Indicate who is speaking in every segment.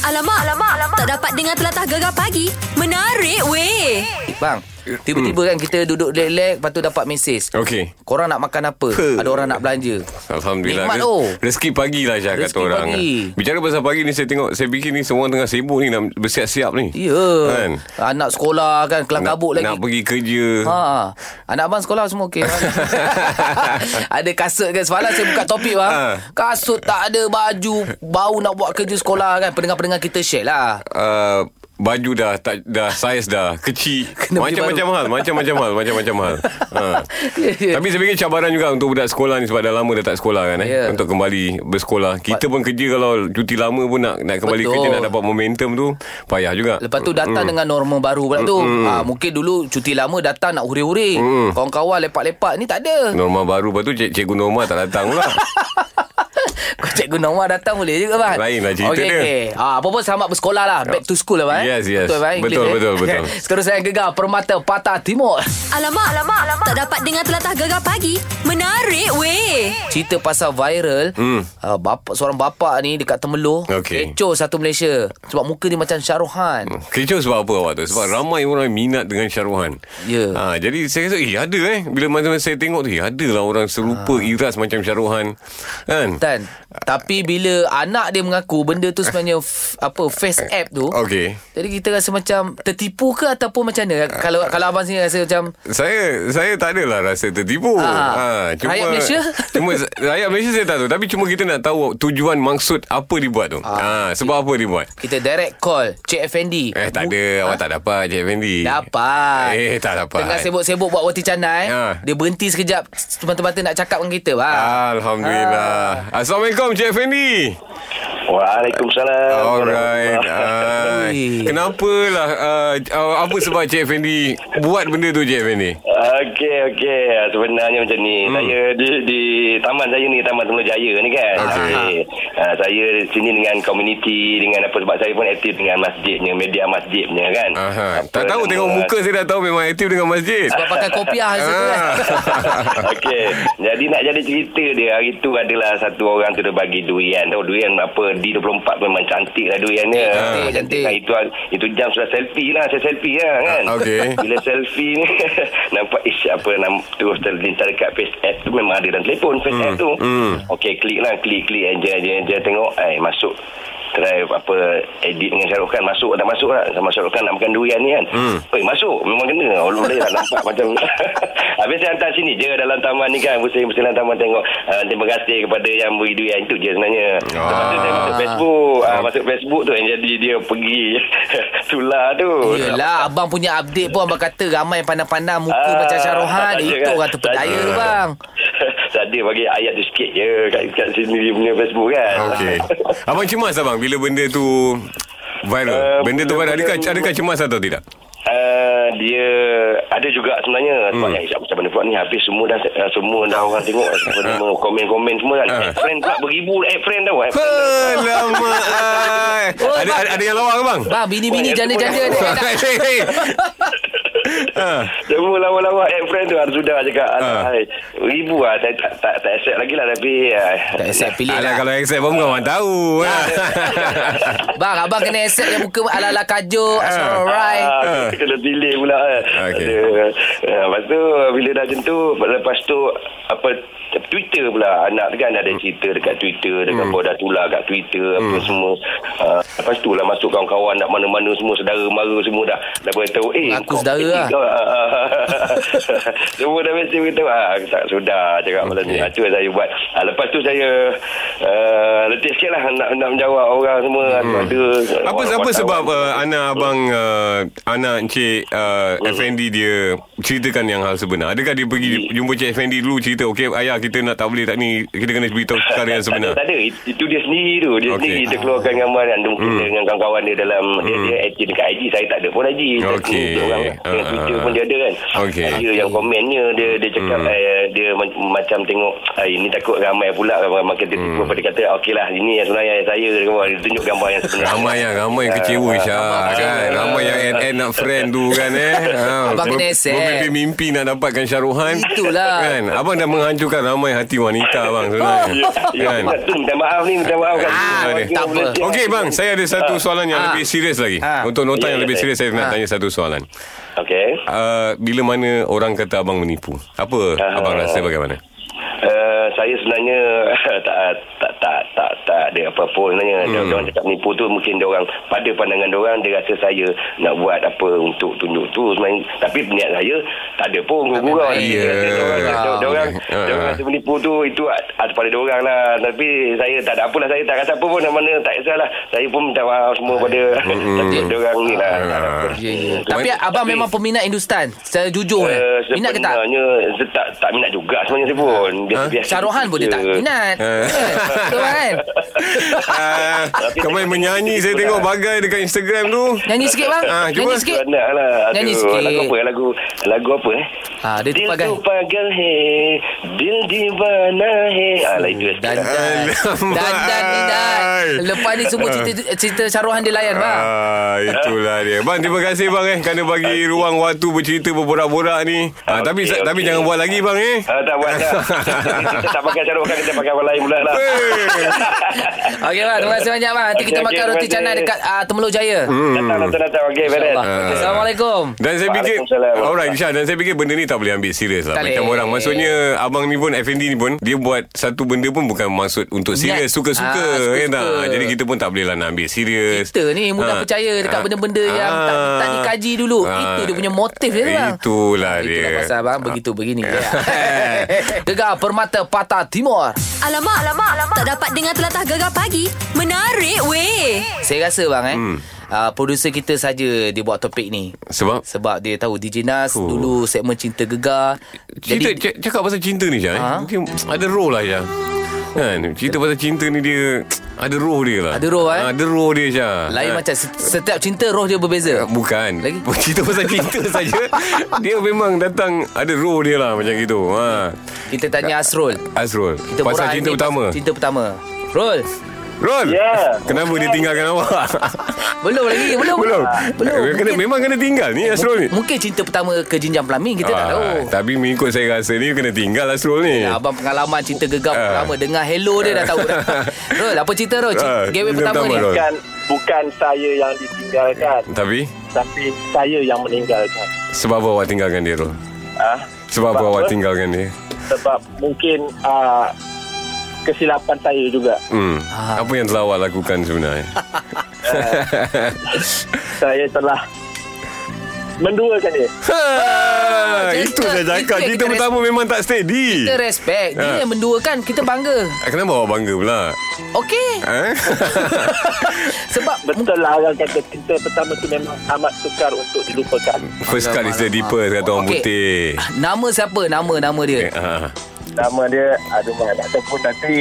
Speaker 1: Alamak, alamak, alamak. Tak dapat dengar telatah gegar pagi. Menarik weh.
Speaker 2: Bang, tiba-tiba kan kita duduk lelek, lepas tu dapat mesej.
Speaker 3: Okey.
Speaker 2: Korang nak makan apa?
Speaker 3: Huh.
Speaker 2: Ada orang nak belanja.
Speaker 3: Alhamdulillah
Speaker 2: Nikmat
Speaker 3: Re-
Speaker 2: oh.
Speaker 3: Rezeki pagi lah Syah kata
Speaker 2: Rezeki
Speaker 3: orang
Speaker 2: pagi.
Speaker 3: Bicara pasal pagi ni Saya tengok Saya fikir ni Semua orang tengah sibuk ni Nak bersiap-siap ni
Speaker 2: Ya.
Speaker 3: Kan?
Speaker 2: Anak sekolah kan kelam
Speaker 3: Nak,
Speaker 2: kabut lagi.
Speaker 3: nak pergi kerja
Speaker 2: Ha. Anak abang sekolah semua okey. ada kasut kan semalam saya buka topik bang.
Speaker 3: Ha.
Speaker 2: Kasut tak ada baju, bau nak buat kerja sekolah kan. Pendengar-pendengar kita share lah.
Speaker 3: uh, Baju dah tak, Dah saiz dah Kecil
Speaker 2: Kena beli
Speaker 3: Macam-macam
Speaker 2: baru.
Speaker 3: hal Macam-macam hal Macam-macam hal ha.
Speaker 2: Ya, ya.
Speaker 3: Tapi saya fikir cabaran juga Untuk budak sekolah ni Sebab dah lama dah tak sekolah kan eh?
Speaker 2: Ya.
Speaker 3: Untuk kembali bersekolah Kita pun kerja Kalau cuti lama pun Nak nak kembali
Speaker 2: Betul.
Speaker 3: kerja Nak dapat momentum tu Payah juga
Speaker 2: Lepas tu
Speaker 3: Hmm.
Speaker 2: datang mm. dengan norma baru pula tu. Mm. Ha, mungkin dulu cuti lama datang nak huri-huri. Mm.
Speaker 3: Hmm.
Speaker 2: Kawan-kawan lepak-lepak ni tak ada.
Speaker 3: Norma baru Lepas tu cik, cikgu Norma tak datang pula
Speaker 2: Kau Cikgu Norma datang boleh juga Abang
Speaker 3: Lainlah lah cerita
Speaker 2: Okey,
Speaker 3: dia.
Speaker 2: okey. ha, Apa pun selamat bersekolah lah Back to school Abang eh?
Speaker 3: Yes, yes.
Speaker 2: Betul Abang
Speaker 3: Betul,
Speaker 2: English,
Speaker 3: betul, betul.
Speaker 2: Sekarang saya gegar Permata Patah Timur
Speaker 1: Alamak, alamak, alamak. Tak dapat dengar telatah gegar pagi. Menarik weh.
Speaker 2: Cerita pasal viral hmm. uh, bapa, Seorang bapa ni dekat Temeloh
Speaker 3: Okey.
Speaker 2: Kecoh satu Malaysia Sebab muka dia macam Syaruhan hmm.
Speaker 3: Kecoh sebab apa awak tu? Sebab ramai orang yang minat dengan Syaruhan.
Speaker 2: Ya.
Speaker 3: Ha, jadi saya rasa, eh ada eh. Bila masa-masa saya tengok tu, eh ada lah orang serupa
Speaker 2: Ah.
Speaker 3: iras macam Syaruhan. Kan?
Speaker 2: Tan Tapi bila anak dia mengaku Benda tu sebenarnya f- Apa Face app tu
Speaker 3: Okey.
Speaker 2: Jadi kita rasa macam Tertipu ke ataupun macam mana Kalau kalau abang sini rasa macam
Speaker 3: Saya saya tak adalah rasa tertipu. Ha,
Speaker 2: Ah. Rakyat Malaysia?
Speaker 3: Cuma rakyat Malaysia saya tak tahu. Tapi cuma kita nak tahu tujuan maksud apa dibuat tu. Ah. Ha, sebab apa dibuat?
Speaker 2: Kita direct call Cik Effendi
Speaker 3: Eh tak ada Awak tak dapat Cik Fendi
Speaker 2: Dapat
Speaker 3: Eh tak dapat
Speaker 2: Tengah sibuk-sibuk buat roti canai
Speaker 4: Ya.
Speaker 3: Ha.
Speaker 2: Dia berhenti sekejap Mata-mata nak cakap dengan kita Ha. bang.
Speaker 4: Ah.
Speaker 3: Alhamdulillah
Speaker 2: Ah.
Speaker 3: Assalamualaikum Cik Fendi
Speaker 4: Waalaikumsalam.
Speaker 3: Alright. Ah,
Speaker 4: Warahmatullahi.
Speaker 2: Ui.
Speaker 3: Kenapalah uh, uh, apa sebab Cik Effendi buat benda tu Cik Effendi?
Speaker 4: Okey okey sebenarnya macam ni hmm. saya di di taman saya ni taman Tunggu Jaya ni kan.
Speaker 3: Okey.
Speaker 4: Uh, saya di sini dengan komuniti dengan apa sebab saya pun aktif dengan masjidnya media masjidnya kan.
Speaker 3: Aha.
Speaker 4: Apa
Speaker 3: Tak tahu
Speaker 4: nama-
Speaker 3: tengok muka saya dah tahu memang aktif dengan masjid.
Speaker 2: Sebab pakai kopiah
Speaker 4: Ah.
Speaker 2: situ kan
Speaker 4: Okey. Jadi nak jadi cerita dia hari tu adalah satu orang tu dia bagi durian. Tahu durian apa D24 memang cantik lah duriannya.
Speaker 2: Cantik,
Speaker 4: Memang
Speaker 2: cantik.
Speaker 4: Nah, itu itu jam sudah selfie lah, saya selfie lah kan.
Speaker 3: Ah, okey.
Speaker 4: Bila selfie ni nampak ish apa nam terus terlintas dekat face app tu memang ada dalam telefon face app tu. Okey, klik lah, klik klik enja enja enja tengok eh masuk try apa edit dengan Syahrul Khan masuk tak masuk lah sama Syahrul Khan nak makan durian ni kan hmm. Oi, masuk memang kena Allah dia tak nampak macam habis saya hantar sini je dalam taman ni kan pusing-pusing dalam taman tengok uh, terima kasih kepada yang beri durian itu je sebenarnya lepas tu saya masuk Facebook uh, masuk Facebook tu yang jadi dia pergi tular tu
Speaker 2: Yelah abang punya update pun Abang kata ramai yang pandang-pandang Muka macam Syarohan
Speaker 4: Ah, tak ada
Speaker 2: Itu
Speaker 4: kan?
Speaker 2: orang terpedaya
Speaker 4: Tak
Speaker 2: tu
Speaker 4: ada.
Speaker 2: bang
Speaker 4: tak ada bagi ayat tu sikit je kat, kat sini dia punya Facebook kan
Speaker 3: Okey. Abang cemas abang bila benda tu
Speaker 4: Uh,
Speaker 3: viral. Eh, benda tu viral
Speaker 4: benda-
Speaker 3: adakah
Speaker 4: benda-
Speaker 3: adakah cemas atau tidak?
Speaker 4: Uh, dia ada juga sebenarnya sebab hmm. eh, macam mana pula ni habis semua dah uh, semua dah orang tengok apa nama komen-komen semua kan
Speaker 3: Ah.
Speaker 4: uh. friend pula beribu eh friend tau eh
Speaker 2: Oh,
Speaker 3: Alamak. ai. eh. Ada
Speaker 2: bang.
Speaker 3: ada, ada yang lawa ke bang?
Speaker 2: Bang bini-bini
Speaker 4: Wah,
Speaker 2: janda-janda
Speaker 4: itu
Speaker 2: ni
Speaker 4: pun-
Speaker 2: kan?
Speaker 3: Hei, hei. Ah.
Speaker 4: semua lawa-lawa eh friend tu harus sudah cakap
Speaker 3: Ah.
Speaker 4: uh. ribu lah saya tak tak, tak accept lagi lah tapi uh,
Speaker 2: Tak accept pilih
Speaker 3: Ah, Alah
Speaker 2: lah
Speaker 3: kalau accept pun bukan orang tahu.
Speaker 2: Bang abang kena accept yang muka ala-ala kajo Alright
Speaker 3: Ah.
Speaker 4: Ah, kita kena pilih pula eh.
Speaker 3: Okey.
Speaker 4: Ada, ah, lepas tu bila dah macam tu lepas tu apa Twitter pula anak tu kan
Speaker 2: Hmm.
Speaker 4: ada cerita dekat Twitter dekat hmm. dah tular kat Twitter apa semua Ah, lepas tu lah masuk kawan-kawan nak mana-mana semua saudara mara semua dah dah beritahu eh
Speaker 2: Mengaku
Speaker 4: kau
Speaker 2: saudara
Speaker 4: petik
Speaker 2: lah.
Speaker 4: kau. Ah, ah, ah, ah. semua dah mesti beritahu ah tak sudah cakap malam ni
Speaker 3: Okey.
Speaker 4: Ah, tu yang saya buat Ah, lepas tu saya uh, letih sikit lah nak, nak menjawab orang semua
Speaker 2: Hmm.
Speaker 3: Apa
Speaker 4: ada orang
Speaker 3: apa
Speaker 4: wartawan.
Speaker 3: sebab uh, anak abang uh, anak encik uh,
Speaker 4: Hmm.
Speaker 3: Effendi dia ceritakan yang hal sebenar? Adakah dia
Speaker 4: Hmm.
Speaker 3: pergi jumpa Cik Effendi dulu cerita okey ayah kita nak tak boleh tak ni kita kena beritahu perkara yang
Speaker 4: Tak ada,
Speaker 3: sebenar.
Speaker 4: tak ada. It- Itu dia sendiri tu. Dia
Speaker 3: Okey.
Speaker 4: okay. sendiri dia keluarkan gambar dan mungkin hmm. dengan kawan-kawan dia dalam hmm. dia, dia aktif dekat IG. Saya tak ada pun IG. Saya
Speaker 3: Okey.
Speaker 4: tengok Orang
Speaker 3: Ah,
Speaker 4: dengan
Speaker 3: ah,
Speaker 4: Twitter pun dia ada kan
Speaker 3: Okey. Hmm.
Speaker 4: Dia yang komennya Dia dia cakap eh, Dia ma- macam tengok eh, Ini takut ramai pula Makin
Speaker 3: Hmm.
Speaker 4: tertipu Lepas dia kata Okey lah ini yang sebenarnya saya Dia kata, Dia tunjuk gambar yang sebenarnya
Speaker 3: Ramai yang ramai yang
Speaker 4: Ah,
Speaker 3: kecewa Syah kan. Ramai yang NN nak friend tu kan eh. Ha,
Speaker 2: Abang kena
Speaker 3: ber-
Speaker 2: accept.
Speaker 3: Bermimpi-mimpi nak dapatkan Syaruhan.
Speaker 2: Itulah. Oh.
Speaker 3: Kan? Abang dah menghancurkan ramai hati wanita bang sebenarnya.
Speaker 4: Ya, ya,
Speaker 3: kan.
Speaker 4: minta- tu minta maaf ni minta maaf kat
Speaker 2: Ah,
Speaker 4: warga
Speaker 2: tak apa.
Speaker 4: Malaysia.
Speaker 3: Okey bang, saya ada satu soalan yang
Speaker 2: Ah.
Speaker 3: lebih serius lagi.
Speaker 2: Ah.
Speaker 3: Untuk nota
Speaker 4: Ya,
Speaker 3: yang
Speaker 4: ya,
Speaker 3: lebih
Speaker 4: saya-
Speaker 3: serius saya nak
Speaker 2: Ah.
Speaker 3: tanya satu soalan.
Speaker 4: Okey.
Speaker 3: Uh, bila mana orang kata abang menipu? Apa
Speaker 4: Ah.
Speaker 3: abang rasa bagaimana?
Speaker 4: Uh, saya sebenarnya tak tak tak tak tak ada apa-apa sebenarnya. Hmm. Dia orang cakap menipu tu mungkin dia orang pada pandangan dia orang dia rasa saya nak buat apa untuk tunjuk tu sebenarnya. Tapi niat saya tak ada pun gurau.
Speaker 2: baik.
Speaker 4: Dia rasa dia orang
Speaker 2: Ya.
Speaker 4: dia- dia orang
Speaker 3: Ah.
Speaker 4: dia orang rasa menipu tu itu atas pada dia orang lah. Tapi saya tak ada apalah saya tak rasa apa pun mana tak kisahlah. Saya pun minta maaf semua pada dia orang ni lah. Tak ada apa.
Speaker 2: Ah, hmm. Ya, ya. Tapi abang memang peminat Hindustan. Saya jujur.
Speaker 4: Eh,
Speaker 2: eh. Minat ke tak?
Speaker 4: Sebenarnya saya tak, tak minat juga sebenarnya saya pun. Biasa-biasa.
Speaker 2: Syarohan pun dia tak
Speaker 4: Ya.
Speaker 2: minat.
Speaker 3: Eh.
Speaker 2: Betul kan?
Speaker 3: Ah, kau main menyanyi saya tengok bagai dekat Instagram tu.
Speaker 2: Nyanyi sikit bang.
Speaker 3: Ah, cuba.
Speaker 2: Nyanyi sikit.
Speaker 4: Nak lah. Aduh,
Speaker 2: Nyanyi sikit.
Speaker 4: Lagu apa? Lagu lagu apa eh?
Speaker 2: Ah, dia tu pagal.
Speaker 4: Dil tu pagal he. Dil di mana he. Alah itu.
Speaker 2: Dan dan
Speaker 3: Alamak. Ha.
Speaker 2: dan dan ni dan. Lepas ni semua cerita cerita Syarohan dia layan bang.
Speaker 3: Ah, itulah dia. Bang, terima kasih bang eh kerana bagi ruang waktu bercerita berborak-borak ni. Ah,
Speaker 4: Okey,
Speaker 3: tapi
Speaker 4: okey.
Speaker 3: tapi jangan buat lagi bang eh.
Speaker 4: Ah, tak buat dah. kita tak pakai syarokan. Kita pakai apa lain pula lah.
Speaker 2: Okey bang, terima kasih banyak bang. Nanti
Speaker 4: Okey,
Speaker 2: kita
Speaker 4: okey,
Speaker 2: makan roti
Speaker 4: terima
Speaker 2: canai
Speaker 4: kasih.
Speaker 2: dekat ah, Temeluk Jaya.
Speaker 3: Hmm.
Speaker 4: Datang, datang, datang. Okey, beres.
Speaker 2: InsyaAllah.
Speaker 3: Ah.
Speaker 2: Assalamualaikum.
Speaker 3: Dan saya fikir
Speaker 4: Waalaikumsalam.
Speaker 3: Alright Syah Dan saya fikir benda ni tak boleh ambil serius lah
Speaker 2: Tak
Speaker 3: Macam
Speaker 2: boleh.
Speaker 3: orang Maksudnya Abang ni pun Effendi ni pun Dia buat satu benda pun Bukan maksud untuk
Speaker 2: Niat.
Speaker 3: serius Suka-suka
Speaker 2: Ah,
Speaker 3: ah,
Speaker 2: suka-suka.
Speaker 3: kan tak? Jadi kita pun tak boleh lah nak ambil serius
Speaker 2: Kita ni mudah
Speaker 3: Ah. Ha.
Speaker 2: percaya dekat benda-benda yang tak- tak dikaji dulu. Itu dia punya motif dia, bang.
Speaker 3: Itulah Ha. dia Ha.
Speaker 2: Itulah pasal abang begitu begini. ya. Gegar Permata Patah Timur.
Speaker 1: Alamak, alamak, alamak. Tak dapat dengar telatah gegar pagi. Menarik weh.
Speaker 2: Saya rasa bang eh. Hmm. Uh, producer kita saja dia buat topik ni.
Speaker 3: Sebab
Speaker 2: Sebab dia tahu DJ Nas
Speaker 3: Oh.
Speaker 2: dulu segmen Cinta Gegar.
Speaker 3: Cinta,
Speaker 2: Jadi
Speaker 3: c- cakap pasal cinta ni Syah eh?
Speaker 2: Ha?
Speaker 3: Dia Ada roh lah Syah Kan Cerita pasal cinta ni dia Ada roh dia lah
Speaker 2: Ada roh, eh?
Speaker 3: Ada roh dia Syah
Speaker 2: lain
Speaker 3: Ha.
Speaker 2: macam se- setiap cinta roh dia berbeza.
Speaker 3: Bukan
Speaker 2: Lagi?
Speaker 3: Cerita pasal cinta saja Dia memang datang Ada roh dia lah Macam gitu ha.
Speaker 2: Kita tanya Asrul.
Speaker 3: Azrul
Speaker 2: Kita
Speaker 3: Pasal
Speaker 2: borak
Speaker 3: cinta
Speaker 2: ni
Speaker 3: utama
Speaker 2: pasal Cinta pertama. Rul.
Speaker 3: Rol
Speaker 4: Ya.
Speaker 3: Kenapa dia tinggalkan awak
Speaker 2: Belum lagi, belum.
Speaker 3: Belum
Speaker 2: Belum.
Speaker 3: kena, Memang kena tinggal ni Azrul ni
Speaker 2: Mungkin cinta pertama ke jenjang pelamin kita tak tahu.
Speaker 3: Ah, Tapi mengikut saya rasa ni Kena tinggal Azrul ni
Speaker 2: Ya, abang pengalaman cinta gegap
Speaker 3: Ah.
Speaker 2: pertama dengar hello dia dah tahu dah. Rul, apa cerita Rul?
Speaker 3: Ah,
Speaker 2: Cinta, gateway
Speaker 3: cinta
Speaker 2: pertama,
Speaker 3: pertama,
Speaker 2: ni.
Speaker 3: Rul.
Speaker 5: bukan bukan saya yang ditinggalkan
Speaker 3: Tapi
Speaker 5: tapi saya yang meninggalkan
Speaker 3: Sebab apa awak tinggalkan dia Rol
Speaker 5: ah
Speaker 3: Sebab apa
Speaker 5: Sebab
Speaker 3: awak
Speaker 5: apa?
Speaker 3: tinggalkan dia
Speaker 5: sebab mungkin ah, kesilapan saya juga
Speaker 3: Hmm.
Speaker 2: Ah.
Speaker 3: Apa yang telah awak lakukan sebenarnya?
Speaker 5: saya telah menduakan dia
Speaker 3: ha,
Speaker 2: macam
Speaker 3: itu
Speaker 2: tu.
Speaker 3: saya
Speaker 2: Itu
Speaker 3: cakap.
Speaker 2: yang
Speaker 3: Kita
Speaker 2: Ah, kita
Speaker 3: pertama memang tak steady.
Speaker 2: Kita respect. Dia
Speaker 3: Ah.
Speaker 2: yang menduakan, kita bangga.
Speaker 3: Ah, Kenapa awak bangga pula?
Speaker 2: Okey.
Speaker 3: Ha?
Speaker 2: Sebab
Speaker 5: betul lah orang kata cinta pertama tu memang amat sukar untuk dilupakan
Speaker 3: First cut is the deepest kata orang
Speaker 2: Okey.
Speaker 3: putih.
Speaker 2: nama siapa? Nama nama
Speaker 3: Eh,
Speaker 2: dia.
Speaker 3: ah.
Speaker 5: nama dia aduh mana nak sebut nanti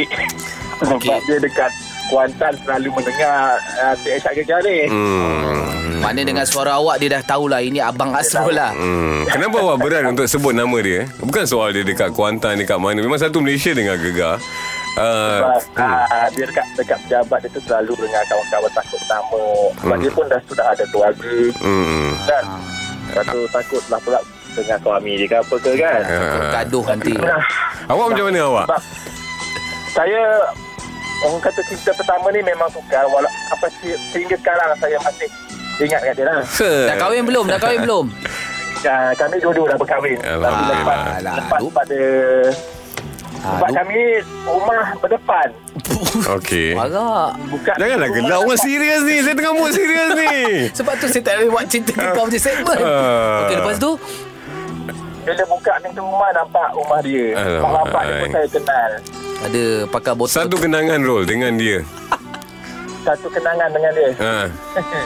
Speaker 5: sebab dia dekat Kuantan selalu mendengar uh, Esak Gegar ni
Speaker 3: Hmm.
Speaker 2: Mana dengan suara awak dia dah tahulah ini abang Asrul lah.
Speaker 3: Hmm. Kenapa awak berat untuk sebut nama dia? Bukan soal dia dekat Kuantan, dekat mana. Memang satu Malaysia dengan gegar. Uh,
Speaker 5: Sebab ah, dia dekat, dekat pejabat dia tu selalu dengan kawan-kawan takut sama Sebab dia pun dah sudah ada keluarga
Speaker 3: hmm.
Speaker 5: kan Lepas tu takutlah pula dengan suami dia ke apa ke kan
Speaker 3: Ah.
Speaker 2: Gaduh nanti.
Speaker 5: Nah,
Speaker 3: Awak macam mana awak?
Speaker 5: sebab saya orang kata cinta pertama ni memang sukar wala, apa se- sehingga sekarang saya masih ingat kat dia lah
Speaker 2: Dah kahwin belum? Dah kahwin belum?
Speaker 5: Ah, kami dua-dua dah berkahwin tapi
Speaker 3: Alhamdulillah.
Speaker 5: lepas,
Speaker 2: Alah,
Speaker 5: lepas
Speaker 2: aduh.
Speaker 5: pada sebab
Speaker 2: Aduh.
Speaker 5: kami rumah berdepan
Speaker 3: Okey.
Speaker 2: Marah.
Speaker 5: bukan
Speaker 3: Janganlah
Speaker 5: rumah
Speaker 3: gelak Orang serius ni Saya tengah mood serius ni
Speaker 2: Sebab tu saya tak boleh buat cerita gegap macam segmen.
Speaker 3: Ah.
Speaker 2: Okey, lepas tu?
Speaker 5: Bila buka pintu rumah Nampak rumah dia
Speaker 3: Alamak.
Speaker 5: Mak bapak dia pun saya kenal
Speaker 2: Ada pakai botol.
Speaker 3: Satu kenangan roll Dengan dia
Speaker 5: Satu kenangan dengan dia
Speaker 3: ha.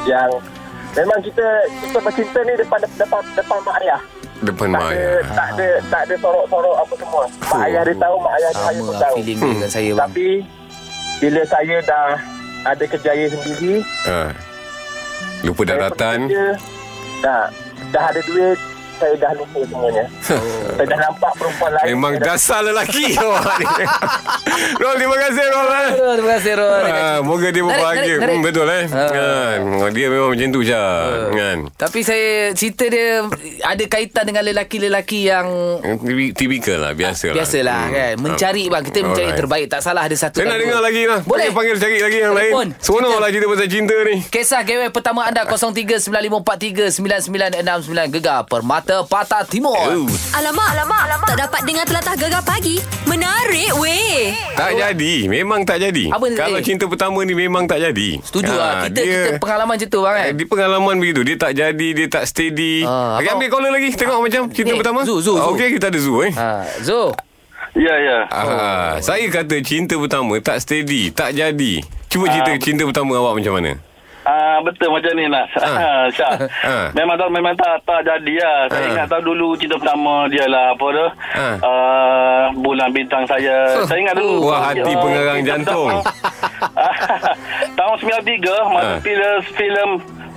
Speaker 5: Yang Memang kita Kita bercinta ni Depan depan, depan mak lah. ayah
Speaker 3: Depan
Speaker 5: tak
Speaker 3: mak
Speaker 5: ada,
Speaker 3: ayah
Speaker 5: tak ada Tak ada sorok-sorok Apa semua Mak ayah dia tahu Mak ayah saya
Speaker 2: sama
Speaker 5: pun
Speaker 2: lah
Speaker 5: tahu
Speaker 2: feeling
Speaker 3: Hmm.
Speaker 2: dia dengan saya bang.
Speaker 5: Tapi Bila saya dah Ada kerjaya sendiri
Speaker 3: ha. Lupa daratan
Speaker 5: saya pergi kerja, Dah Dah ada duit saya dah lupa semuanya. saya dah nampak perempuan lain.
Speaker 3: Memang
Speaker 5: saya
Speaker 3: dasar lelaki awak ni. Rol, terima kasih Rol. Eh.
Speaker 2: Rul, Terima kasih Rul
Speaker 3: Ah, moga dia berbahagia.
Speaker 2: narik, narik. Ha.
Speaker 3: Hmm, betul eh.
Speaker 2: Ah.
Speaker 3: Kan. Dia memang macam tu je. Kan.
Speaker 2: Tapi saya Cerita dia Ada kaitan dengan lelaki-lelaki yang
Speaker 3: Tipi- Tipikal lah Biasalah
Speaker 2: Biasalah
Speaker 3: Hmm.
Speaker 2: kan Mencari bang Kita mencari
Speaker 3: Alright.
Speaker 2: terbaik Tak salah ada satu
Speaker 3: Saya
Speaker 2: dan
Speaker 3: nak
Speaker 2: dua.
Speaker 3: dengar lagi lah
Speaker 2: Boleh
Speaker 3: Saya panggil cari lagi yang
Speaker 2: Telefon.
Speaker 3: lain Seronok lah cerita pasal cinta ni
Speaker 2: Kisah gawe pertama anda 0395439969 Gegar Permata Patah Timur.
Speaker 3: Oh,
Speaker 1: Alamak, alamak, alamak. Tak dapat dengar telatah gegar pagi. Menarik weh.
Speaker 3: Tak jadi Memang tak jadi
Speaker 2: Apa ni?
Speaker 3: Kalau
Speaker 2: Eh.
Speaker 3: cinta pertama ni Memang tak jadi
Speaker 2: Setuju
Speaker 3: Ah,
Speaker 2: lah. Kita,
Speaker 3: dia-
Speaker 2: kita pengalaman macam tu bang kan.
Speaker 3: Eh, Di pengalaman begitu Dia tak jadi Dia tak steady
Speaker 2: Ah, Eh,
Speaker 3: uh, okay,
Speaker 2: abang-
Speaker 3: Ambil caller lagi Tengok macam Cerita
Speaker 2: Ni,
Speaker 3: pertama
Speaker 2: Zu, Zu, Zu.
Speaker 3: Okey kita ada Zu eh
Speaker 2: Ha, Zo.
Speaker 6: Ya, ya.
Speaker 3: Ah, Saya kata cinta pertama Tak steady Tak jadi Cuba cerita
Speaker 2: Ah.
Speaker 3: cinta pertama awak macam mana
Speaker 6: Ah betul macam ni lah.
Speaker 3: Ah.
Speaker 6: Ah. Syah.
Speaker 3: Ah.
Speaker 6: Memang tak memang tak tak jadi lah. Saya
Speaker 3: Ah.
Speaker 6: ingat tahu dulu cinta pertama dia lah apa tu.
Speaker 3: Ah.
Speaker 6: Ah, bulan bintang saya. Saya ingat dulu.
Speaker 3: Wah, hati
Speaker 6: Ah,
Speaker 3: pengarang
Speaker 6: cinta
Speaker 3: jantung.
Speaker 6: pertama. Ah, Tahun 93 masa
Speaker 3: Ah.
Speaker 6: filem filem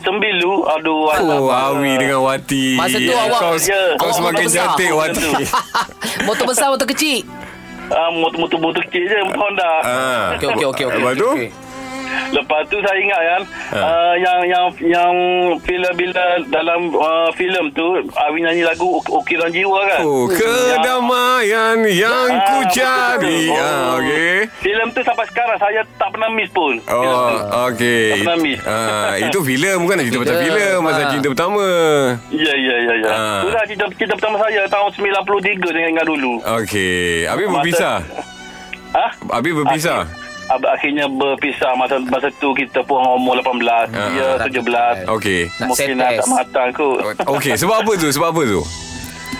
Speaker 6: Sembilu aduh
Speaker 3: Oh,
Speaker 6: alamak.
Speaker 3: Awi dengan Wati.
Speaker 2: Masa tu
Speaker 3: Kau-
Speaker 2: awak-
Speaker 6: Ya.
Speaker 3: Kau
Speaker 2: awak
Speaker 3: semakin
Speaker 2: besar.
Speaker 3: cantik, Wati.
Speaker 2: motor besar motor kecil.
Speaker 6: Ah, motor-motor kecil je Honda.
Speaker 3: Ah.
Speaker 2: Okey okey okey okey.
Speaker 3: Lepas tu?
Speaker 2: okey.
Speaker 6: Lepas tu saya ingat kan
Speaker 3: Ha.
Speaker 6: uh, yang yang yang bila bila dalam uh, filem tu Awi nyanyi lagu U- Ukiran Jiwa kan.
Speaker 3: Oh, kedamaian yang
Speaker 6: Ah,
Speaker 3: ku
Speaker 6: betul,
Speaker 3: cari.
Speaker 6: betul. Oh.
Speaker 3: Ah, okey.
Speaker 6: Filem tu sampai sekarang saya tak pernah miss pun. Filem
Speaker 3: Oh,
Speaker 6: tu.
Speaker 3: okey.
Speaker 6: Ya. Tak pernah miss.
Speaker 3: Ah, itu filem bukan nak cerita pasal
Speaker 2: Filem.
Speaker 3: filem, pasal
Speaker 2: Ah.
Speaker 3: cinta pertama.
Speaker 6: Ya ya ya ya.
Speaker 3: Ha.
Speaker 6: Itulah cerita, cerita pertama saya tahun 93 dengan ingat dulu.
Speaker 3: Okey. Habis
Speaker 6: Masa-
Speaker 3: berpisah.
Speaker 6: Ha?
Speaker 3: Habis berpisah.
Speaker 6: Ab- akhirnya berpisah masa masa tu kita pun umur 18,
Speaker 3: Ha.
Speaker 6: dia 17.
Speaker 3: Okey.
Speaker 2: Nak
Speaker 6: Mungkin
Speaker 2: set
Speaker 6: dah tak
Speaker 2: test.
Speaker 6: matang kot.
Speaker 3: Okey, sebab apa tu? Sebab apa tu?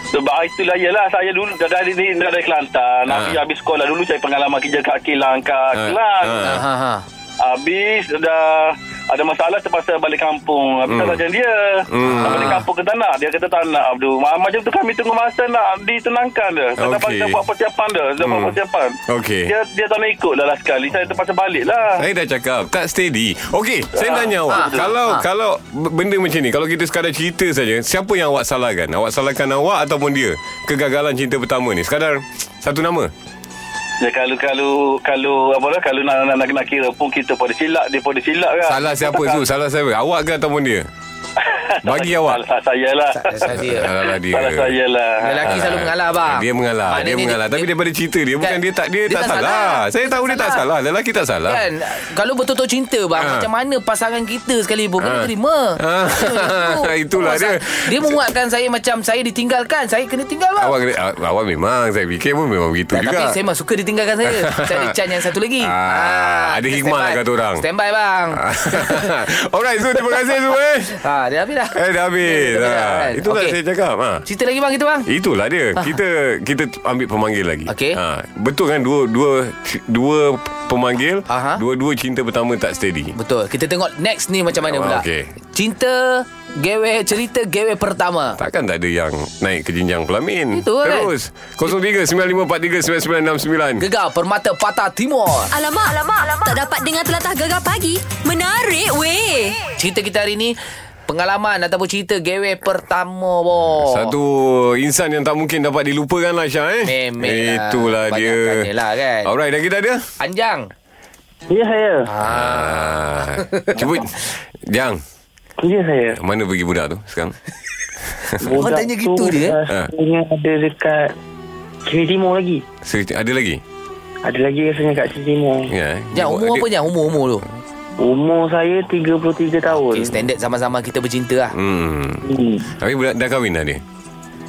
Speaker 6: Sebab ah, itulah ialah saya dulu dah dari ni dah dari Kelantan.
Speaker 3: Ha.
Speaker 6: Habis habis sekolah dulu saya pengalaman kerja kat kilang kat
Speaker 3: Ha.
Speaker 6: Kelang.
Speaker 3: Ha.
Speaker 2: Ha ha.
Speaker 6: Habis dah ada masalah terpaksa balik kampung. Habis tak macam dia. Hmm. Balik kampung ke tanah. Dia kata tak nak Abdul. Ma- Macam tu kami tunggu masa nak ditenangkan dia. Tak dapat
Speaker 3: Okey.
Speaker 6: okay. buat persiapan dia. Dia buat
Speaker 3: Hmm.
Speaker 6: persiapan.
Speaker 3: Okey.
Speaker 6: Dia dia tak nak ikut lah, lah sekali. Saya terpaksa balik lah.
Speaker 3: Saya dah cakap Tak steady Okey Saya tanya awak
Speaker 2: betul.
Speaker 3: Kalau
Speaker 2: Ah.
Speaker 3: kalau b- Benda macam ni Kalau kita sekadar cerita saja Siapa yang awak salahkan Awak salahkan awak Ataupun dia Kegagalan cinta pertama ni Sekadar Satu nama
Speaker 6: Dia kalau kalau kalau apa lah kalau nak nak, nak, nak kira pun kita pada silap dia pada silap kan.
Speaker 3: Salah siapa tu Salah siapa Awak ke ataupun dia Bagi awak
Speaker 6: Salah saya lah.
Speaker 2: Saya dia.
Speaker 3: Salah dia
Speaker 6: Salah saya lah.
Speaker 2: Lelaki
Speaker 3: Ah.
Speaker 2: selalu mengalah Ah, bang.
Speaker 3: Dia mengalah Dia,
Speaker 2: Maknanya
Speaker 3: mengalah Tapi daripada cerita dia Bukan
Speaker 2: Kan,
Speaker 3: dia tak Dia, tak, salah. Saya tahu dia tak salah Lelaki tak salah
Speaker 2: Kan Kalau betul-betul cinta bang
Speaker 3: Ha.
Speaker 2: Macam mana pasangan kita sekali pun
Speaker 3: Ha.
Speaker 2: Kena terima
Speaker 3: Ha.
Speaker 2: Itu.
Speaker 3: Itulah dia.
Speaker 2: Dia menguatkan saya macam Saya ditinggalkan Saya kena tinggal bang
Speaker 3: Awak, kena- awak memang Saya fikir pun memang begitu
Speaker 2: Tak,
Speaker 3: juga
Speaker 2: Ya, tapi saya memang suka ditinggalkan saya. saya ada Chan yang satu lagi.
Speaker 3: Ah, ada
Speaker 2: kita
Speaker 3: hikmah
Speaker 2: standby.
Speaker 3: lah kata orang. Ah.
Speaker 2: Stand by bang.
Speaker 3: Alright Zul Terima kasih Zul eh
Speaker 2: ha, dah habis dah.
Speaker 3: Eh dah
Speaker 2: Dah
Speaker 3: habis
Speaker 2: habis
Speaker 3: ha.
Speaker 2: dah, kan?
Speaker 3: Itulah
Speaker 2: Okey.
Speaker 3: saya cakap ha.
Speaker 2: Cerita lagi bang kita bang.
Speaker 3: Itulah dia Kita kita ambil pemanggil lagi
Speaker 2: Okey.
Speaker 3: ha. Betul kan dua Dua dua pemanggil
Speaker 2: Aha.
Speaker 3: Dua-dua cinta pertama tak steady
Speaker 2: Betul. Kita tengok next ni macam mana
Speaker 3: Ah,
Speaker 2: pula.
Speaker 3: okey.
Speaker 2: Cinta gewe cerita gewe pertama.
Speaker 3: Takkan tak ada yang naik ke jenjang pelamin
Speaker 2: Itu kan?
Speaker 3: Terus 03-9543-9969
Speaker 2: Gegar Permata Patah Timur.
Speaker 1: Alamak, alamak, alamak. Tak dapat dengar telatah gegar pagi. Menarik weh.
Speaker 2: Cerita kita hari ni pengalaman ataupun cerita gewe pertama boh.
Speaker 3: Satu insan yang tak mungkin dapat dilupakan lah Syah eh
Speaker 2: Memang lah.
Speaker 3: Itulah
Speaker 2: Banyakkan je
Speaker 3: dia
Speaker 2: lah, kan?
Speaker 3: Alright dah kita ada
Speaker 2: Anjang.
Speaker 5: Ya saya.
Speaker 3: ah. Cuba Jang
Speaker 5: Ya saya.
Speaker 3: Mana pergi budak tu sekarang?
Speaker 2: Orang tanya gitu
Speaker 5: tu,
Speaker 2: dia, eh?
Speaker 5: ah, Sebenarnya ada dekat Sini Timur lagi.
Speaker 3: So, ada lagi?
Speaker 5: Ada lagi rasanya kat Sini Timur.
Speaker 3: Ya.
Speaker 2: Jang umur apa Jang? Umur-umur tu.
Speaker 5: Umur saya 33 tahun.
Speaker 2: Okay, standard sama-sama kita bercinta lah.
Speaker 3: Hmm.
Speaker 5: Hmm.
Speaker 3: Tapi budak dah kahwin dah dia?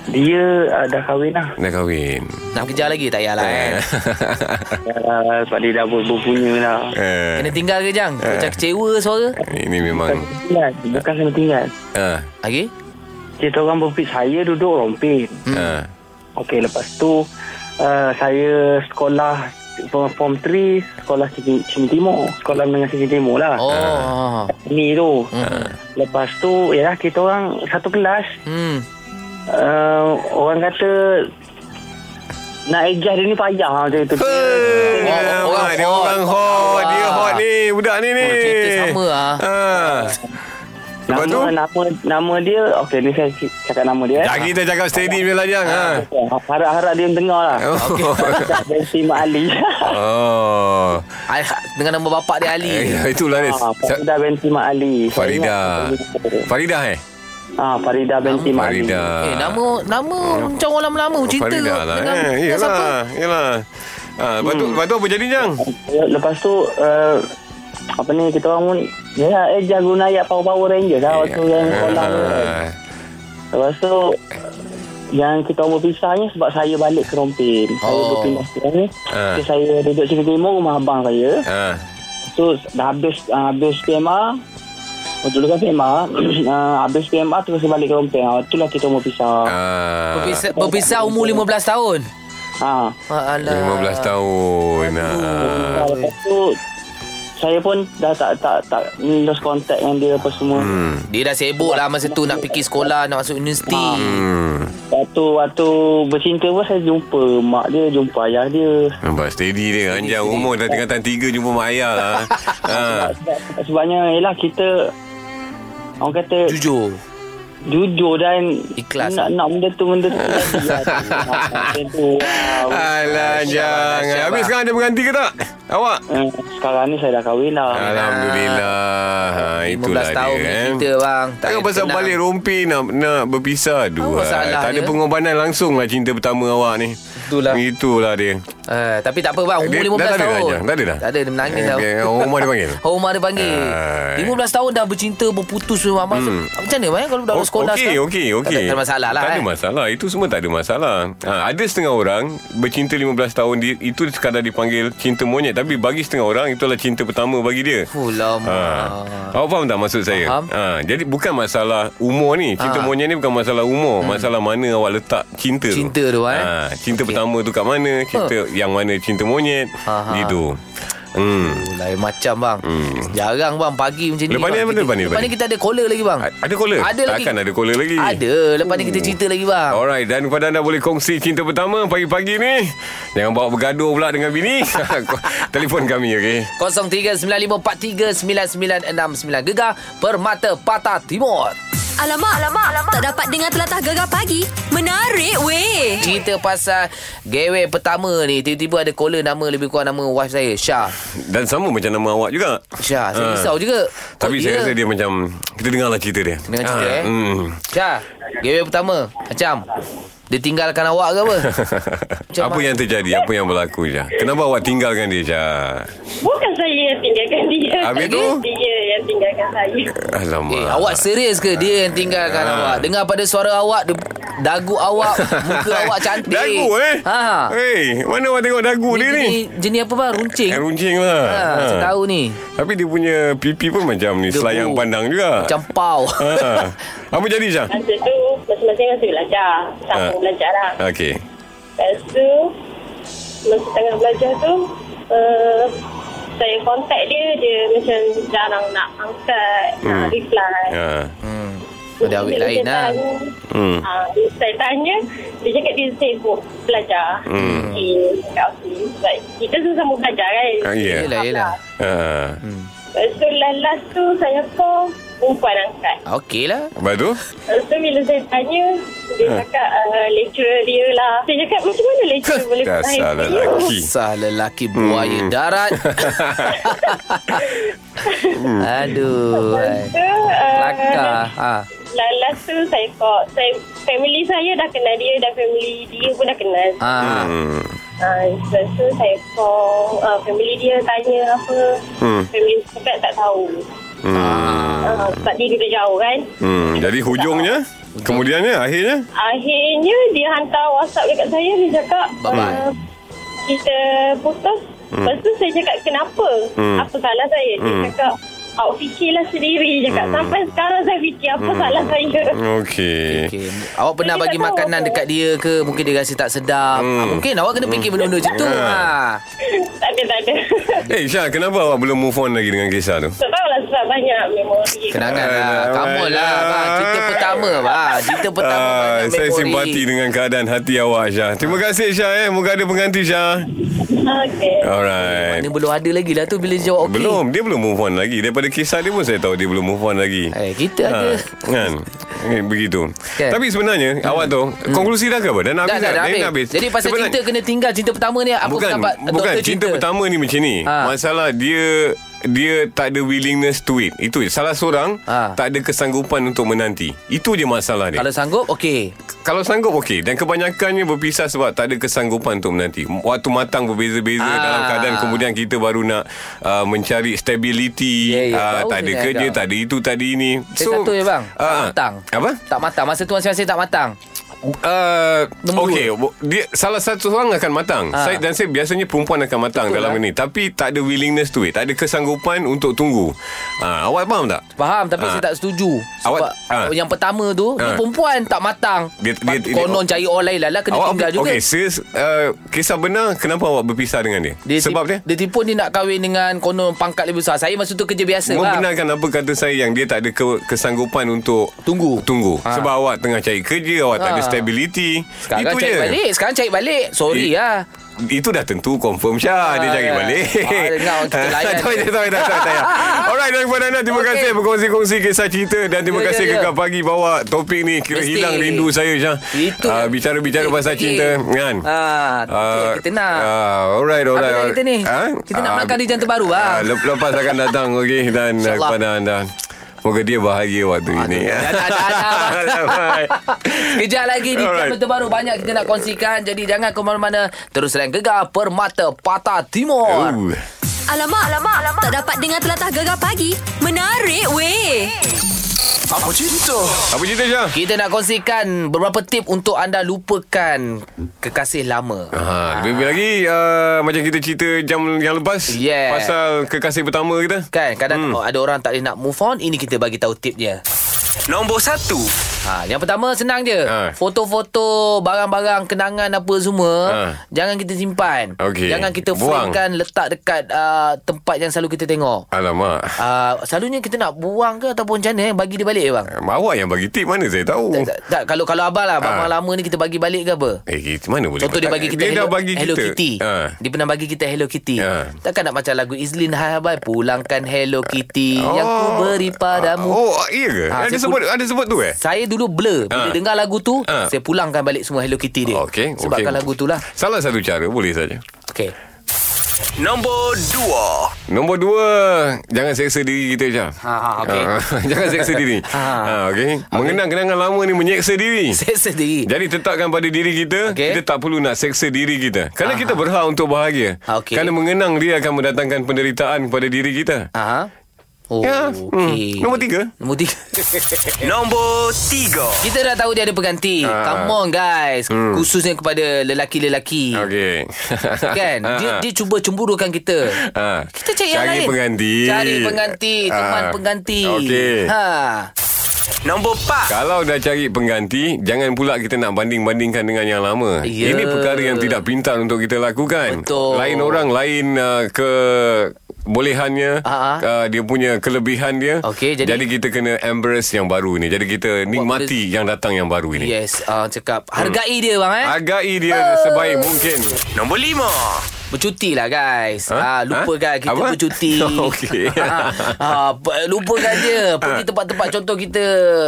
Speaker 5: Dia uh, dah kahwin lah.
Speaker 3: Dah kahwin.
Speaker 2: Nak kejar lagi tak payahlah kan.
Speaker 3: Eh.
Speaker 5: Uh, sebab dia dah ber- berpunya lah.
Speaker 3: eh.
Speaker 2: Kena tinggal ke Jang? Macam kecewa suara.
Speaker 3: Ini memang
Speaker 5: Tinggal. Bukan kena tinggal.
Speaker 3: ah
Speaker 2: Okey.
Speaker 5: Dia orang berpik. Saya duduk rompin.
Speaker 2: Hmm.
Speaker 3: ah
Speaker 5: Okey, lepas tu uh, saya sekolah form, form 3, sekolah Sini, Sini Timur. Sekolah menengah Sini Timur lah.
Speaker 2: Oh.
Speaker 5: Ni tu. Lepas tu, yalah kita orang satu kelas.
Speaker 2: Hmm.
Speaker 5: Uh, orang kata nak adjust dia ni payah macam tu.
Speaker 3: Eh,
Speaker 2: orang
Speaker 3: dia
Speaker 2: hot.
Speaker 3: orang hot. Dia
Speaker 2: Ah.
Speaker 3: hot ni. Budak ni ni.
Speaker 2: Oh, cerita sama, ah.
Speaker 3: Ah. Lepas tu?
Speaker 7: Nama, nama, nama dia Okey ni saya cakap nama dia eh.
Speaker 3: Dah kita cakap steady punya lajang. Ha.
Speaker 2: Ah.
Speaker 7: Harap-harap dia mendengar lah
Speaker 3: Oh.
Speaker 7: Bensi Mak Ali
Speaker 3: Ah, oh.
Speaker 2: Ah, Dengan nama bapak dia Ali.
Speaker 3: Eh, itulah ni.
Speaker 7: Ah,
Speaker 3: Sa-
Speaker 7: Farida binti Mak Ali Saya
Speaker 3: Farida.
Speaker 7: ingat-
Speaker 3: Faridah eh?
Speaker 7: Ah, Farida binti Mak Ali
Speaker 3: Farida.
Speaker 2: Eh, nama nama macam orang lama-lama cinta.
Speaker 3: Farida lah.
Speaker 2: dengan-
Speaker 3: Eh,
Speaker 2: dengan siapa?
Speaker 3: yelah. Yelah. Ha, lepas, tu, lepas tu apa jadi, Jang?
Speaker 7: Hmm. Ya, Lepas tu uh, Apa ni kita orang pun Ya eh jago naik Power Power Ranger
Speaker 3: Ya,
Speaker 7: lah Waktu yang kolam tu kan.
Speaker 3: Ah.
Speaker 7: Lepas tu yang kita orang berpisahnya sebab saya balik ke Rompin. Saya
Speaker 2: Oh.
Speaker 7: berpindah ke sini.
Speaker 3: Ah.
Speaker 7: So, saya duduk sini timur rumah abang saya.
Speaker 3: Ah.
Speaker 7: So dah habis uh, habis PMA Oh, dulu kan PMA uh, Habis PMA terus balik ke Rompin uh, Itulah kita orang berpisah
Speaker 3: Ah.
Speaker 2: Berpisah, berpisah umur 15 tahun.
Speaker 7: ha.
Speaker 2: Ah, Alah.
Speaker 3: 15 tahun. Ah.
Speaker 7: Lepas tu Saya pun dah tak tak tak Lost contact dengan dia apa semua hmm.
Speaker 2: Dia dah sibuk lah masa tu nak pergi sekolah, nak masuk universiti.
Speaker 3: Hmm.
Speaker 7: Waktu waktu bercinta pun saya jumpa mak dia, jumpa ayah dia.
Speaker 3: Nampak steady dia Anjang umur dah tingkatan 3 Jumpa mak ayah lah ha.
Speaker 7: Sebab, sebabnya ialah kita orang kata jujur,
Speaker 2: Jujur.
Speaker 7: jujur dan
Speaker 2: Ikhlas.
Speaker 7: nak nak benda tu benda tu jadi lah. Macam tu. Wow.
Speaker 3: Alah Anjang
Speaker 2: Syabas,
Speaker 3: Habis
Speaker 2: syabas.
Speaker 3: sekarang ada penganti ke tak? Awak?
Speaker 7: Eh, Sekarang ni saya dah kahwin
Speaker 3: Ah.
Speaker 7: lah.
Speaker 3: Alhamdulillah ha,
Speaker 2: 15
Speaker 3: Itulah dia
Speaker 2: tahun
Speaker 3: eh.
Speaker 2: kita bang.
Speaker 3: Takkan pasal
Speaker 2: tenang.
Speaker 3: balik rompi nak, nak berpisah dua.
Speaker 2: masalah
Speaker 3: tak ada
Speaker 2: dia.
Speaker 3: pengorbanan langsung lah cinta pertama awak ni.
Speaker 2: Itulah.
Speaker 3: Itulah dia.
Speaker 2: Eh, tapi tak apa bang,
Speaker 3: Dia-
Speaker 2: umur 15
Speaker 3: dah tak ada
Speaker 2: tahun.
Speaker 3: dah, Jang? Tak ada dah?
Speaker 2: Tak ada, dia menangis
Speaker 3: Eh,
Speaker 2: tau.
Speaker 3: biar orang rumah dia panggil?
Speaker 2: Orang rumah dia panggil.
Speaker 3: Hai.
Speaker 2: 15 tahun dah bercinta, berputus semua mama.
Speaker 3: Hmm.
Speaker 2: Macam mana bang kalau budak
Speaker 3: Oh,
Speaker 2: sekolah
Speaker 3: Okey,
Speaker 2: sekarang?
Speaker 3: okey, okey.
Speaker 2: Tak, tak ada masalah lah.
Speaker 3: Tak ada
Speaker 2: eh.
Speaker 3: masalah. Itu semua tak ada masalah. Ha, ada setengah orang bercinta 15 tahun dia itu sekadar dipanggil cinta monyet tapi bagi setengah orang itulah cinta pertama bagi dia.
Speaker 2: Fuh, lama.
Speaker 3: Ha. Awak faham tak maksud saya?
Speaker 2: Faham.
Speaker 3: Ha, jadi bukan masalah umur ni. Cinta
Speaker 2: Ha.
Speaker 3: monyet ni bukan masalah umur. Masalah mana awak letak cinta,
Speaker 2: Hmm. Cinta
Speaker 3: tu.
Speaker 2: tu, eh?
Speaker 3: Ha, cinta pertama tu kat mana? Cinta yang mana cinta monyet.
Speaker 2: Ha, ha.
Speaker 3: Gitu. Hmm.
Speaker 2: Oh, lain macam bang hmm. Jarang bang Pagi macam ni
Speaker 3: Lepas ni
Speaker 2: bang.
Speaker 3: apa,
Speaker 2: Kita-
Speaker 3: lepas ni, lepas
Speaker 2: Lepas ni
Speaker 3: ni?
Speaker 2: kita ada caller lagi bang
Speaker 3: A- Ada caller?
Speaker 2: Ada lagi
Speaker 3: Takkan ada caller lagi? Hmm. Oh.
Speaker 2: Ada Lepas ni kita cerita lagi bang
Speaker 3: Alright Dan kepada anda boleh kongsi Cinta pertama Pagi-pagi ni Jangan bawa bergaduh pula Dengan bini Telefon kami okay?
Speaker 2: 0395439969 Gegar Permata Patah Timur
Speaker 1: Alamak, alamak, alamak. Tak dapat dengar telatah gegar pagi. Menarik weh.
Speaker 2: Cerita pasal Gewe pertama ni Tiba-tiba ada caller Nama lebih kurang nama wife saya Syah
Speaker 3: Dan sama macam nama awak juga
Speaker 2: Syah Ya, Saya
Speaker 3: Ah.
Speaker 2: risau juga Oh, ya.
Speaker 3: Tapi saya rasa dia macam Kita dengarlah cerita dia
Speaker 2: Dengar cerita,
Speaker 3: Ah,
Speaker 2: eh?
Speaker 3: hmm.
Speaker 2: Syah Gewe pertama Macam Dia tinggalkan awak ke apa Macam
Speaker 3: Apa
Speaker 2: mana?
Speaker 3: yang terjadi Apa yang berlaku Syah Kenapa awak tinggalkan dia Syah
Speaker 8: Bukan saya yang tinggalkan dia.
Speaker 3: Habis tu?
Speaker 8: Dia yang tinggalkan saya.
Speaker 3: Alamak
Speaker 2: Eh, awak serius ke dia yang tinggalkan
Speaker 3: Ah.
Speaker 2: awak? Dengar pada suara awak, de- dagu awak, muka awak cantik.
Speaker 3: Dagu eh
Speaker 2: Ha.
Speaker 3: Hey, Mana awak tengok dagu
Speaker 2: Ni
Speaker 3: dia ni
Speaker 2: jenis, jenis apa bang? Runcing.
Speaker 3: Eh, Runcing lah
Speaker 2: Ha,
Speaker 3: Ha.
Speaker 2: saya tahu ni.
Speaker 3: Tapi dia punya pipi pun macam ni
Speaker 2: Debu.
Speaker 3: Selayang pandang juga
Speaker 2: Macam pau.
Speaker 3: ha. Apa jadi Syah
Speaker 8: Masa tu, masing-masing masa belajar. Sama
Speaker 3: Ah.
Speaker 8: belajar lah.
Speaker 3: Okey
Speaker 8: Lepas tu, masa tengah belajar tu, uh, saya kontak dia, dia macam jarang nak angkat,
Speaker 3: Hmm.
Speaker 8: nak reply.
Speaker 3: Ha.
Speaker 2: Ada awet
Speaker 8: Saya
Speaker 2: lain lah.
Speaker 8: tanya,
Speaker 3: Hmm.
Speaker 8: ah, saya tanya, dia cakap dia sibuk belajar. Hmm. Okay, cakap okay. Sebab kita sama belajar kan.
Speaker 3: Ah, ya.
Speaker 2: Yelah, yelah.
Speaker 3: Ha.
Speaker 8: Lepas tu last, last tu saya call perempuan angkat.
Speaker 2: Okey lah.
Speaker 3: Lepas tu?
Speaker 8: Lepas tu bila saya tanya, dia
Speaker 3: Ha.
Speaker 8: cakap uh, lecturer dia lah. Saya cakap macam mana lecturer boleh
Speaker 3: Dasar
Speaker 8: saya?
Speaker 3: lelaki.
Speaker 2: Sah
Speaker 3: Hmm.
Speaker 2: lelaki buaya darat. Aduh.
Speaker 8: Lepas tu, uh,
Speaker 2: Kelakar. Ha.
Speaker 8: last, last tu saya call. Saya, family saya dah kenal dia dan family dia pun dah kenal.
Speaker 2: Ha.
Speaker 3: Hmm.
Speaker 8: Uh, lepas tu saya call uh, family dia tanya apa.
Speaker 3: Hmm.
Speaker 8: Family dia cakap tak tahu.
Speaker 2: Ah.
Speaker 3: Hmm.
Speaker 8: Uh, sebab dia duduk jauh kan.
Speaker 3: Hmm. Jadi hujungnya, kemudiannya, akhirnya?
Speaker 8: Akhirnya dia hantar WhatsApp dekat saya dia cakap
Speaker 2: Bye-bye.
Speaker 8: Uh, kita putus. Hmm. Lepas tu saya cakap kenapa?
Speaker 3: Hmm.
Speaker 8: Hmm. Apa salah saya? Dia
Speaker 3: Hmm.
Speaker 8: cakap awak fikirlah sendiri dia cakap hmm. sampai sekarang saya fikir apa hmm. salah saya.
Speaker 3: Okey.
Speaker 2: Okay. Awak pernah
Speaker 8: Saya
Speaker 2: bagi
Speaker 8: tak tahu
Speaker 2: makanan
Speaker 8: apa.
Speaker 2: dekat dia ke? Mungkin dia rasa tak sedap.
Speaker 3: Hmm.
Speaker 2: Ha, mungkin awak kena fikir benda-benda macam tu.
Speaker 3: Ha.
Speaker 2: Ha.
Speaker 8: tak ada tak ada.
Speaker 3: Eh, Syah, kenapa awak belum move on lagi dengan kisah tu?
Speaker 8: Tak tahulah sebab banyak memori.
Speaker 2: Kenangan lah
Speaker 3: Alah,
Speaker 2: Kamu lah
Speaker 3: alah.
Speaker 2: bang. Cerita pertama bang. Cerita pertama
Speaker 3: ya. Ah,
Speaker 2: banyak
Speaker 3: saya
Speaker 2: memori. Ah.
Speaker 3: simpati dengan keadaan hati awak Syah. Terima kasih Syah eh. Moga ada pengganti Syah.
Speaker 8: Okey.
Speaker 3: Alright.
Speaker 2: Mana belum ada lagi lah tu Bila jawab okey
Speaker 3: Belum, dia belum move on lagi. Daripada kisah dia pun saya tahu dia belum move on lagi.
Speaker 2: Eh, kita ada.
Speaker 3: Kan? Eh, begitu.
Speaker 2: Kan? Hmm.
Speaker 3: Tapi sebenarnya awak tu konklusi dah ke apa? Dah nak
Speaker 2: Dah,
Speaker 3: habis
Speaker 2: dah, dah, habis.
Speaker 3: nak habis.
Speaker 2: Jadi pasal
Speaker 3: Sebenarnya-
Speaker 2: cinta kena tinggal Cinta pertama ni Apa
Speaker 3: bukan
Speaker 2: pendapat
Speaker 3: bukan
Speaker 2: doktor
Speaker 3: cinta, pertama ni macam ni.
Speaker 2: Ha.
Speaker 3: Masalah dia dia tak ada willingness to it. Itu je. salah seorang
Speaker 2: Ha.
Speaker 3: tak ada kesanggupan untuk menanti. Itu je masalah dia.
Speaker 2: Kalau sanggup okey
Speaker 3: Kalau sanggup okey dan kebanyakannya berpisah sebab tak ada kesanggupan untuk menanti. Waktu matang berbeza-beza
Speaker 2: Ah.
Speaker 3: dalam keadaan kemudian kita baru nak uh, mencari stability,
Speaker 2: Ya, ya,
Speaker 3: Ah,
Speaker 2: tahu
Speaker 3: tak ada
Speaker 2: saya
Speaker 3: kerja,
Speaker 2: agak.
Speaker 3: tak ada itu, tak ada ini.
Speaker 2: Saya satu je bang Tak
Speaker 3: ah,
Speaker 2: matang
Speaker 3: Apa?
Speaker 2: Tak matang Masa tu masing-masing tak matang
Speaker 3: Uh,
Speaker 2: Nombor
Speaker 3: Okey, bo- dia salah satu orang akan matang.
Speaker 2: Ah.
Speaker 3: Saya dan saya biasanya perempuan akan matang
Speaker 2: Betul
Speaker 3: dalam
Speaker 2: lah.
Speaker 3: ini, tapi tak ada willingness to it, tak ada kesanggupan untuk tunggu. Ah, awak faham tak?
Speaker 2: Faham Tapi
Speaker 3: Ah.
Speaker 2: saya tak setuju Sebab
Speaker 3: Awak- ah.
Speaker 2: Yang pertama tu Dia
Speaker 3: Ah.
Speaker 2: perempuan tak matang
Speaker 3: Dia- dia- dia-
Speaker 2: Konon cari orang lain lah lah Kena tinggal juga
Speaker 3: Okey, sis, uh, kisah benar kenapa awak berpisah dengan dia?
Speaker 2: dia
Speaker 3: Sebab
Speaker 2: tip-
Speaker 3: dia
Speaker 2: Dia tipu dia nak kahwin dengan Konon pangkat lebih besar Saya masa tu kerja biasa lah. bang.
Speaker 3: Membenarkan apa kata saya yang dia tak ada ke, kesanggupan untuk
Speaker 2: Tunggu.
Speaker 3: tunggu.
Speaker 2: Ah.
Speaker 3: Sebab awak tengah cari kerja, awak tak ada
Speaker 2: Ah.
Speaker 3: stability.
Speaker 2: Sekarang
Speaker 3: itu
Speaker 2: cari
Speaker 3: je.
Speaker 2: balik Sekarang cari balik Sorry
Speaker 3: Eh,
Speaker 2: lah
Speaker 3: Itu dah tentu confirm Syah Dia
Speaker 2: Ah,
Speaker 3: cari
Speaker 2: ya.
Speaker 3: balik
Speaker 2: Ah, dengar orang kita layan je.
Speaker 3: Tak payah tak payah tak payah, tak payah Alright daripada Ana Terima
Speaker 2: Okey.
Speaker 3: kasih berkongsi-kongsi kisah cerita Dan terima
Speaker 2: Ya, ya,
Speaker 3: kasih
Speaker 2: ya.
Speaker 3: Kekal Pagi bawa topik ni Kira
Speaker 2: Mesti.
Speaker 3: hilang rindu saya Syah
Speaker 2: Itu
Speaker 3: Ah,
Speaker 2: yang-
Speaker 3: Bicara-bicara
Speaker 2: Eh,
Speaker 3: pasal
Speaker 2: eh.
Speaker 3: cinta Kan
Speaker 2: Ah, tu yang kita nak.
Speaker 3: ah, Alright
Speaker 2: Apa dah
Speaker 3: alright alright.
Speaker 2: kita ni?
Speaker 3: Ah?
Speaker 2: Kita nak
Speaker 3: Ah,
Speaker 2: melangkah di jantung baru, bang.
Speaker 3: ah, lep- Lepas akan datang okay, Dan ah,
Speaker 2: InsyaAllah.
Speaker 3: kepada anda Moga dia bahagia waktu ini
Speaker 2: Ada, ada, ada. Kejap lagi di Jam
Speaker 3: Alright.
Speaker 2: Betul Baru Banyak kita nak kongsikan Jadi jangan ke mana-mana Terus lain gegar Permata Patah Timur
Speaker 3: Ooh.
Speaker 1: Alamak, alamak, alamak. Tak dapat dengar telatah gegar pagi. Menarik weh.
Speaker 9: Apa cerita?
Speaker 3: Apa cerita Syah?
Speaker 2: Kita nak kongsikan Beberapa tip untuk anda lupakan Kekasih lama
Speaker 3: Ha, lebih-lebih lagi uh, macam kita cerita jam yang lepas
Speaker 2: Yeah.
Speaker 3: pasal kekasih pertama kita.
Speaker 2: Kan kadang hmm. oh, ada orang tak boleh nak move on Ini kita bagi tahu tip dia
Speaker 9: Nombor satu.
Speaker 2: ha, Yang pertama senang je
Speaker 3: Ha.
Speaker 2: Foto-foto Barang-barang Kenangan apa semua
Speaker 3: Ha.
Speaker 2: Jangan kita simpan
Speaker 3: Okey.
Speaker 2: Jangan kita
Speaker 3: Buang.
Speaker 2: framekan Letak dekat uh, Tempat yang selalu kita tengok
Speaker 3: Alamak.
Speaker 2: uh, Selalunya kita nak buang ke Ataupun macam mana eh? Bagi dia balik bang
Speaker 3: Um, Awak yang bagi tip mana saya tahu.
Speaker 2: Tak, tak, tak, kalau kalau abang lah abang
Speaker 3: Ah.
Speaker 2: lama ni kita bagi balik ke apa?
Speaker 3: Eh, kita mana boleh.
Speaker 2: Contoh dia
Speaker 3: tak-
Speaker 2: bagi kita
Speaker 3: dia
Speaker 2: Hello,
Speaker 3: dah bagi
Speaker 2: Hello
Speaker 3: kita.
Speaker 2: Kitty.
Speaker 3: Ha.
Speaker 2: Dia pernah bagi kita Hello Kitty.
Speaker 3: Ah.
Speaker 2: Takkan nak macam lagu Izlin Hai Bye pulangkan Hello Kitty
Speaker 3: Oh.
Speaker 2: yang ku beri padamu.
Speaker 3: Oh, iya ke?
Speaker 2: Ah,
Speaker 3: ada
Speaker 2: saya
Speaker 3: sebut
Speaker 2: pun-
Speaker 3: ada sebut tu eh?
Speaker 2: Saya dulu blur Bila
Speaker 3: Ah.
Speaker 2: dengar lagu tu
Speaker 3: Ah.
Speaker 2: Saya pulangkan balik semua Hello Kitty dia
Speaker 3: Okey, okey.
Speaker 2: Sebabkan lagu tu lah
Speaker 3: Salah satu cara boleh saja.
Speaker 2: okay.
Speaker 9: Nombor dua.
Speaker 3: Nombor dua, jangan seksa diri kita Syah.
Speaker 2: Ha, ha, okey.
Speaker 3: Ah, jangan seksa diri.
Speaker 2: Ha.
Speaker 3: Ha, okey. Mengenang kenangan lama ni menyeksa diri.
Speaker 2: Saya sendiri
Speaker 3: Jadi tetapkan pada diri kita
Speaker 2: Okey.
Speaker 3: okay. Kita tak perlu nak seksa diri kita Kerana Aha. kita berhak untuk bahagia
Speaker 2: Okey.
Speaker 3: Kerana mengenang dia akan mendatangkan penderitaan kepada diri kita
Speaker 2: Aha. Oh,
Speaker 3: Ya,
Speaker 2: okey.
Speaker 3: hmm. Nombor tiga.
Speaker 2: Nombor tiga
Speaker 9: Nombor tiga.
Speaker 2: Kita dah tahu dia ada pengganti
Speaker 3: Ah.
Speaker 2: Come on guys Khususnya kepada lelaki-lelaki
Speaker 3: Hmm. Okey
Speaker 2: Kan dia, dia cuba cemburukan kita
Speaker 3: Ha.
Speaker 2: Kita cari yang
Speaker 3: Cari
Speaker 2: lain
Speaker 3: pengganti.
Speaker 2: Cari pengganti Teman
Speaker 3: Ah.
Speaker 2: pengganti
Speaker 3: Okey.
Speaker 2: ha.
Speaker 9: Nombor empat.
Speaker 3: Kalau dah cari pengganti Jangan pula kita nak banding-bandingkan dengan yang lama
Speaker 2: Ya.
Speaker 3: Ini perkara yang tidak pintar untuk kita lakukan
Speaker 2: Betul.
Speaker 3: Lain orang, lain uh, ke bolehannya
Speaker 2: Ah, ah.
Speaker 3: uh, dia punya kelebihan dia
Speaker 2: Okey, jadi-
Speaker 3: jadi kita kena embrace yang baru ni jadi kita nikmati yang datang yang baru ini
Speaker 2: Yes uh, Cakap Hargai dia bang eh
Speaker 3: Hargai dia sebaik mungkin.
Speaker 9: Nombor lima.
Speaker 2: Bercuti lah guys ha?
Speaker 3: Ha?
Speaker 2: Lupakan
Speaker 3: Ha?
Speaker 2: kita
Speaker 3: Apa?
Speaker 2: bercuti
Speaker 3: Okey.
Speaker 2: ha, pe- Lupakan dia Pergi tempat-tempat Contoh kita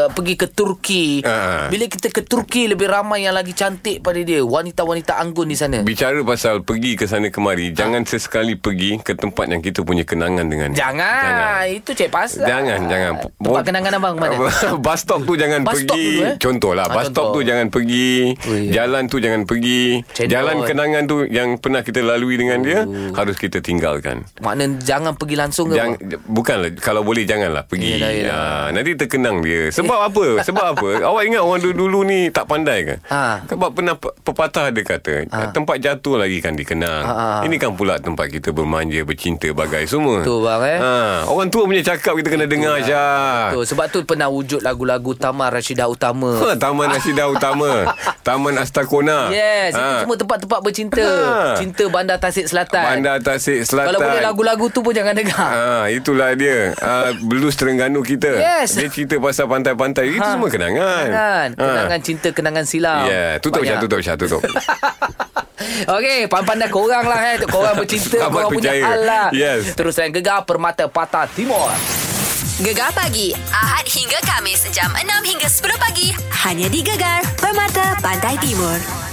Speaker 2: Pergi ke Turki
Speaker 3: Ha.
Speaker 2: Bila kita ke Turki Lebih ramai yang lagi cantik pada dia Wanita-wanita anggun di sana
Speaker 3: Bicara pasal pergi ke sana kemari, jangan sesekali pergi ke tempat yang kita punya kenangan dengan dia.
Speaker 2: Jangan, Itu cik pasal
Speaker 3: Jangan, jangan.
Speaker 2: Tempat kenangan abang mana
Speaker 3: bus stop tu jangan
Speaker 2: Bus
Speaker 3: pergi.
Speaker 2: stop dulu, eh?
Speaker 3: Contohlah,
Speaker 2: Ah,
Speaker 3: bus stop
Speaker 2: contoh.
Speaker 3: tu jangan pergi.
Speaker 2: Oh, ya.
Speaker 3: Jalan tu jangan pergi.
Speaker 2: Cendol. Oh.
Speaker 3: Jalan kenangan tu yang pernah kita lalui dengan dia, harus kita tinggalkan.
Speaker 2: Makna jangan pergi langsung ke
Speaker 3: Jangan,
Speaker 2: bang?
Speaker 3: bukanlah Kalau boleh janganlah Pergi
Speaker 2: Yelah, yelah.
Speaker 3: Ah, Nanti terkenang dia Sebab apa Sebab apa Awak ingat orang dulu-dulu ni Tak pandai ke
Speaker 2: Ha.
Speaker 3: Sebab pernah pe- pepatah dia kata Tempat jatuh lagi kan dikenang
Speaker 2: Ha, ha, ha.
Speaker 3: Ini kan pula tempat kita bermanja Bercinta bagai semua
Speaker 2: Betul, bang, eh.
Speaker 3: ha. Orang tua punya cakap Kita kena dengar je
Speaker 2: Betul, sebab tu pernah wujud lagu-lagu Taman Rashidah Utama.
Speaker 3: Ha, Taman Nasidah Utama Taman Astakona
Speaker 2: Yes, itu
Speaker 3: Ha.
Speaker 2: semua tempat-tempat bercinta.
Speaker 3: Ha.
Speaker 2: Cinta bandar Tasik Selatan.
Speaker 3: Bandar Tasik Selatan.
Speaker 2: Kalau boleh lagu-lagu tu pun jangan dengar.
Speaker 3: Ah, itulah dia. Ah, blues Terengganu kita.
Speaker 2: Yes.
Speaker 3: Dia cerita pasal pantai-pantai. Itu
Speaker 2: Ha.
Speaker 3: semua kenangan.
Speaker 2: Kenangan.
Speaker 3: Ah.
Speaker 2: Kenangan cinta, kenangan silam.
Speaker 3: Ya, yeah. tutup
Speaker 2: Banyak.
Speaker 3: Syah, tutup Syah, tutup.
Speaker 2: Okey, pandai-pandai korang lah eh. Korang bercinta,
Speaker 3: Amat
Speaker 2: korang punya
Speaker 3: percaya.
Speaker 2: alat.
Speaker 3: Yes.
Speaker 2: Terus saya gegar Permata Patah Timur.
Speaker 1: Gegar pagi Ahad hingga Kamis jam 6 hingga 10 pagi hanya di Gegar Permata Pantai Timur.